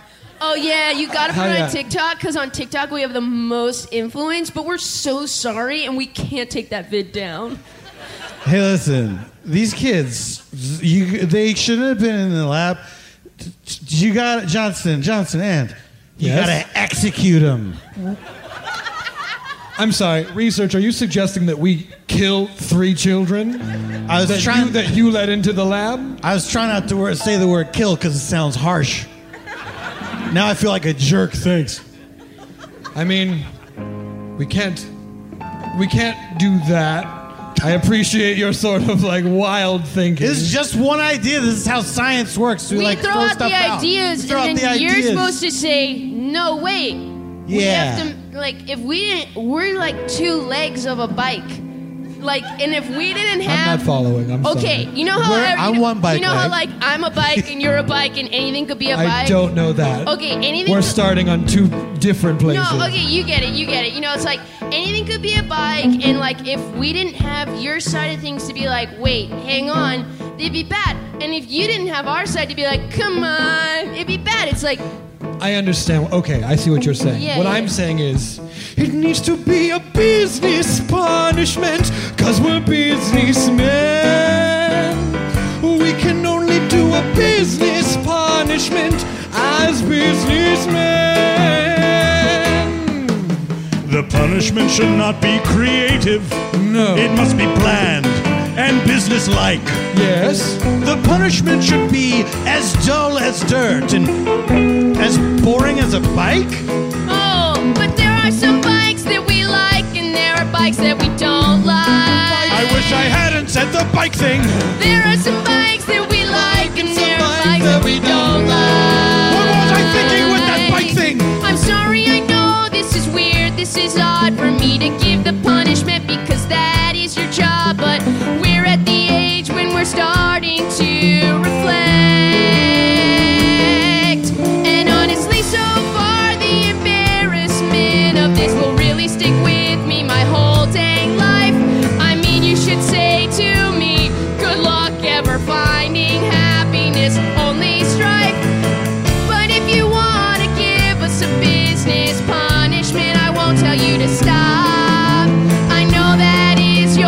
Oh yeah, you gotta put Hell it yeah. on TikTok because on TikTok we have the most influence. But we're so sorry, and we can't take that vid down. Hey, listen, these kids, you, they shouldn't have been in the lab. You got Johnson, Johnson, and you Yes? got to execute them. I'm sorry, research. Are you suggesting that we kill three children? I was that trying- you, that you let into the lab. I was trying not to wor- say the word kill because it sounds harsh. Now I feel like a jerk. Thanks. I mean, we can't, we can't do that. I appreciate your sort of like wild thinking. This is just one idea. This is how science works. We, We like throw throw out stuff the out. ideas, We throw out and the then you're ideas. supposed to say, "No, wait." We Yeah. have to like if we didn't, we're like two legs of a bike. Like, and if we didn't I'm have not following. I'm okay, sorry. you know how We're- every- I'm one bike You know how lane. like I'm a bike and you're a bike and anything could be a I bike. don't know that. Okay, anything. We're could- starting on two different places. No, okay, you get it, you get it. You know, it's like anything could be a bike, and like if we didn't have your side of things to be like, wait, hang on, it'd be bad. And if you didn't have our side to be like, come on, it'd be bad. It's like I understand. Okay, I see what you're saying. uh, Yeah, what yeah. I'm saying is, It needs to be a business punishment, cause we're businessmen. We can only do a business punishment as businessmen. The punishment should not be creative. No. It must be planned and businesslike. Yes. The punishment should be as dull as dirt and as boring as a bike. Oh, but there are some bikes that we like, and there are bikes that we don't like. I wish I hadn't said the bike thing. There are some bikes that we like, and there are bikes that we don't like. What was I thinking with that bike thing? I'm sorry, I know this is weird, this is odd for me to give the punishment because that is your job, but we're at the age when we're starting to reflect. And honestly, so far, the embarrassment of this will really stick with me my whole dang life. I mean, you should say to me, good luck ever finding happiness, only strife. But if you want to give us a business punishment, I won't tell you to stop. I know that is your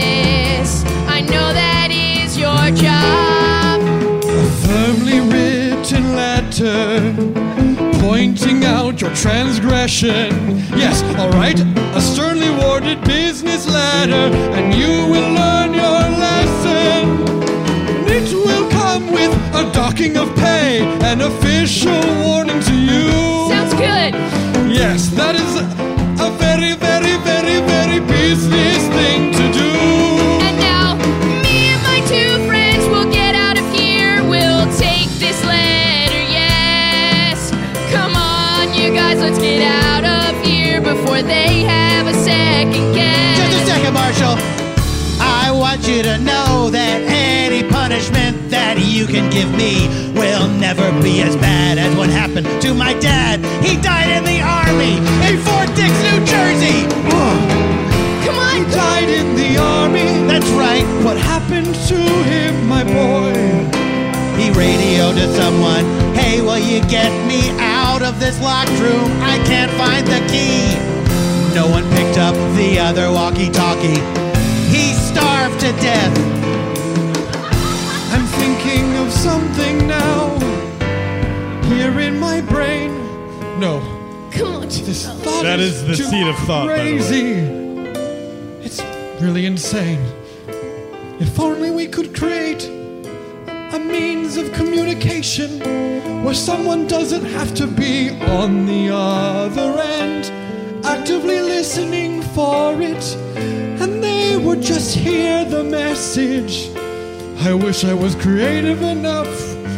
business. I know that is your job. A firmly written letter pointing out your transgression. Yes, alright, a sternly worded business letter, and you will learn your lesson. And it will come with a docking of pay, an official warning to you. Sounds good. Yes, that is a very, very, very, very business thing to do. And now, me and my two friends will get out of here. We'll take this letter, yes. Come on, you guys, let's get out of here before they have a second guess. Just a second, Marshall. I want you to know that any punishment that you can give me will never be as bad as what happened to my dad. He died in the army in Fort Dix, New Jersey. Come on. He died in the army. That's right. What happened to him, my boy? He radioed to someone, hey, will you get me out of this locked room? I can't find the key. No one picked up the other walkie talkie. He starved to death. I'm thinking of something now. Here in my brain. No. Come on, this thought That is the too seed of thought, by the way. Crazy. It's really insane. If only we could create a means of communication where someone doesn't have to be on the other end, actively listening for it, and they would just hear the message. I wish I was creative enough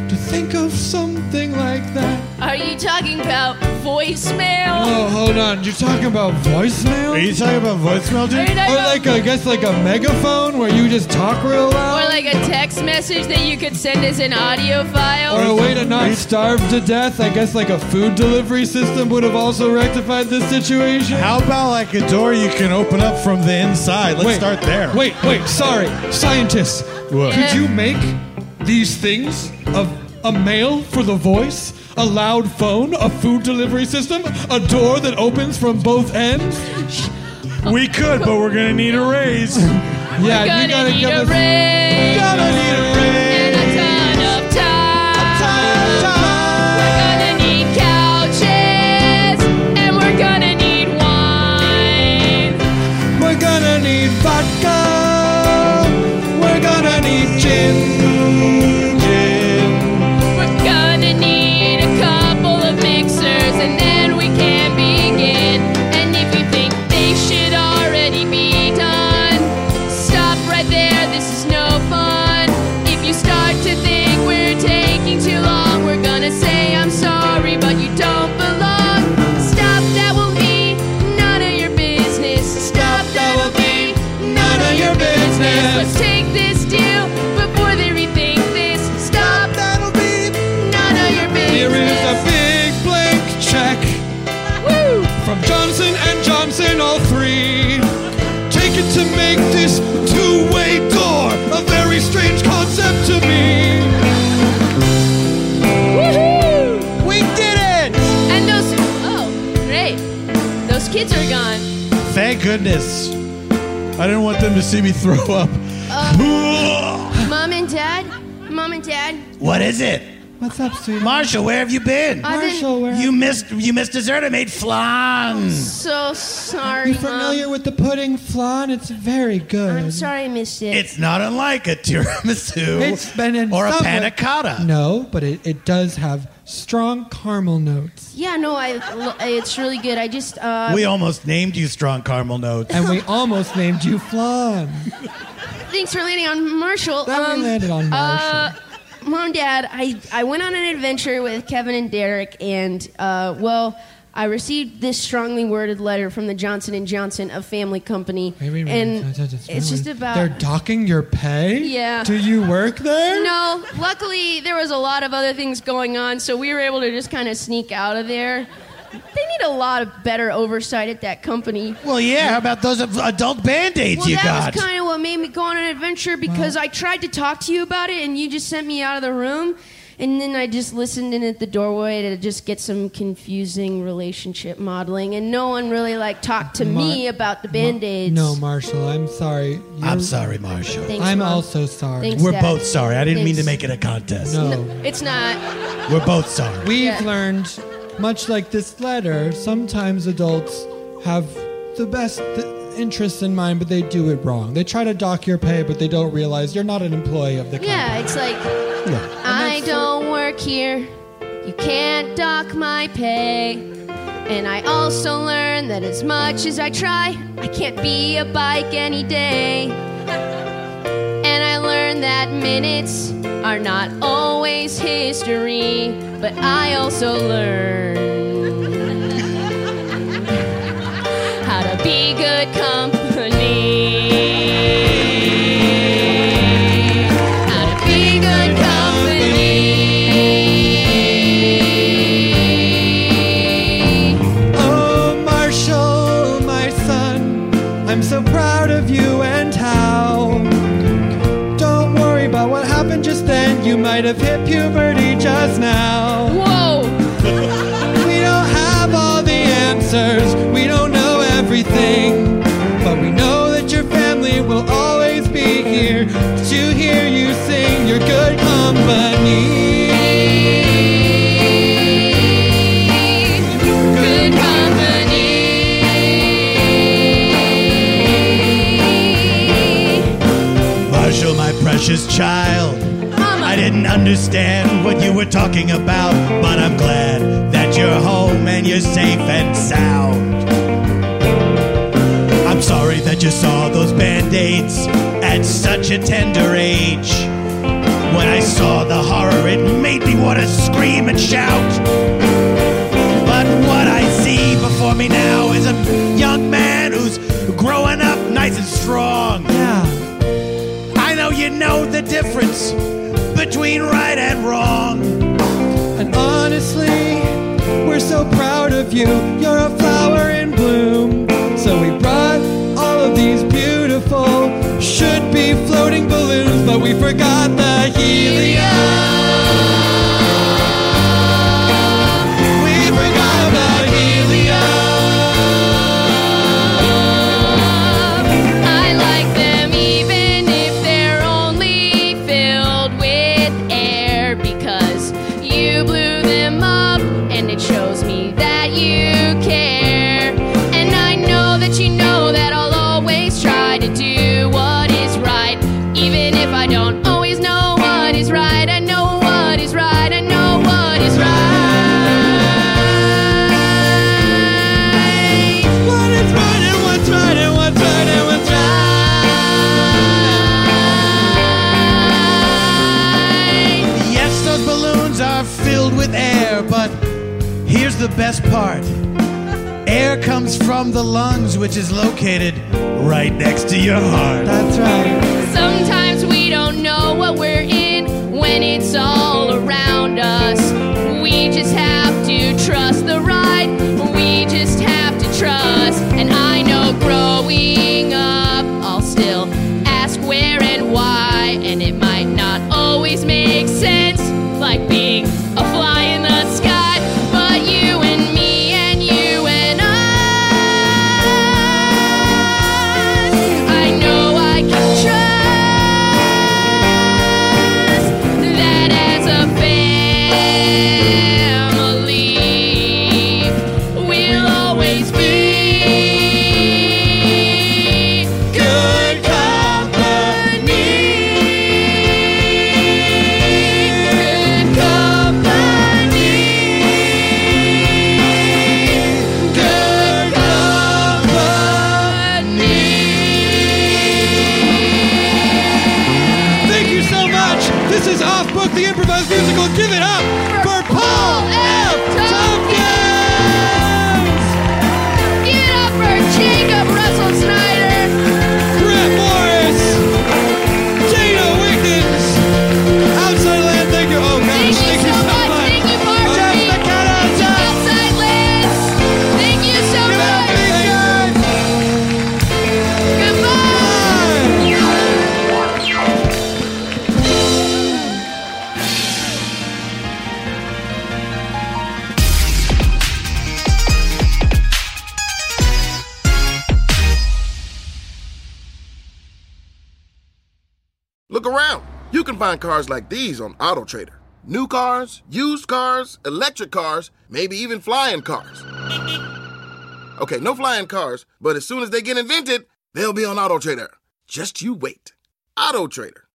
to think of something like that. are you talking about voicemail? Oh, hold on. You're talking about voicemail? Are you talking about voicemail, dude? Are you talking Or about- like, I guess, like a megaphone where you just talk real loud? Or like a text message that you could send as an audio file? Or a way to not starve to death? I guess, like a food delivery system would have also rectified this situation. How about like a door you can open up from the inside? Let's Wait. start there. Wait, wait, sorry. Scientists, What? could you make these things of a mail for the voice, a loud phone, a food delivery system, a door that opens from both ends? We could, but we're gonna need a raise. yeah, We're you gonna gotta need give a us. raise. Gonna need a raise. And a ton of time. We're gonna need couches, and we're gonna need wine. We're gonna need vodka. We're gonna need gin. Gin. We're gonna need a couple of mixers, and then we can begin. And if you think they should already be done, stop right there. This is no fun. If you start to think we're taking too long, we're gonna say I'm sorry, but you don't belong. Stop. That will be none of your business. Stop. That will be oh, goodness. I didn't want them to see me throw up. Uh, Mom and Dad? Mom and Dad? What is it? What's up, sweetie? Marshall, where have you been? I've been- Marshall, where- You missed you missed dessert. I made flans. So sorry, You familiar Mom. with the pudding flan? It's very good. I'm sorry I missed it. It's not unlike a tiramisu It's been in or a some way- panna cotta. No, but it, it does have strong caramel notes. Yeah, no, I. lo- It's really good. I just. Uh, We almost named you Strong Caramel Notes. And we almost named you Flan. Thanks for landing on Marshall. Um, That we landed on Marshall. Uh, Mom, Dad, I, I went on an adventure with Kevin and Derek, and uh, well, I received this strongly worded letter from the Johnson and Johnson, a family company, Wait, wait, wait. and Wait, wait, wait. it's just about They're docking your pay? Yeah. Do you work there? No, luckily there was a lot of other things going on, so we were able to just kind of sneak out of there. They need a lot of better oversight at that company. Well, yeah. How about those adult band aids Well, you that got? was kind of what made me go on an adventure because I tried to talk to you about it, and you just sent me out of the room. And then I just listened in at the doorway to just get some confusing relationship modeling, and no one really like talked to me about the band aids. No, Marshall, I'm sorry. I'm sorry, Marshall. Thanks, I'm Mom. also sorry. Thanks, We're Dad. both sorry. I didn't mean to Thanks. make it a contest. No. It's Uh, not. We're both sorry. We've Yeah. learned, much like this letter, sometimes adults have the best th- interests in mind, but they do it wrong. They try to dock your pay, but they don't realize you're not an employee of the company. Yeah, it's like I don't work here. You can't dock my pay. And I also learned that as much as I try, I can't be a bike any day. And I learned that minutes are not always history, but I also learned how to be good company. How to be good company. Oh, Marshall, my son, I'm so proud of you and how. Don't worry about what happened just then. You might have hit puberty just now. Whoa! we don't have all the answers. We don't know everything. But we know that your family will always be here to hear you sing your good company. Good company. Marshall, my precious child. Mama. I didn't understand what you were talking about, but I'm glad that you're home and you're safe and sound. I'm sorry that you saw those band aids at such a tender age. When I saw the horror, it made me want to scream and shout. But what I see before me now is a young man who's growing up nice and strong. Yeah. I know you know the difference between right and wrong. And honestly, we're so proud of you. You're a flower in bloom. So we brought all of these beautiful, should be floating balloons, but we forgot the helium. We forgot about helium. I like them even if they're only filled with air because you blew them up and it shows me that you care. And I know that you know that I'll always try to do what is right, even if I don't always know what is right. I know what is right, I know what is right. What is right and what's right and what's right and what's Yes, those balloons are filled with air, but here's the best part air comes from the lungs, which is located right next to your heart. That's right. Sometimes we don't know what we're in when it's all around us. We just have to trust the ride. We just have to trust. And I know growing up, I'll still ask where and why. And it might not always make sense, like being a fly in the sky. But you and me and you and I. This is Off Book, the improvised musical. Give it up for Paul F. Tompkins! Give it up for Jacob Russell Snyder, Grant Morris, Jada Wickens, Outside Land, thank you. Oh, man, thank, you so much. Thank you, Marjorie. Outside Liz. Thank you so much. Goodbye. Look around. You can find cars like these on AutoTrader. New cars, used cars, electric cars, maybe even flying cars. Okay, no flying cars, but as soon as they get invented, they'll be on AutoTrader. Just you wait. AutoTrader.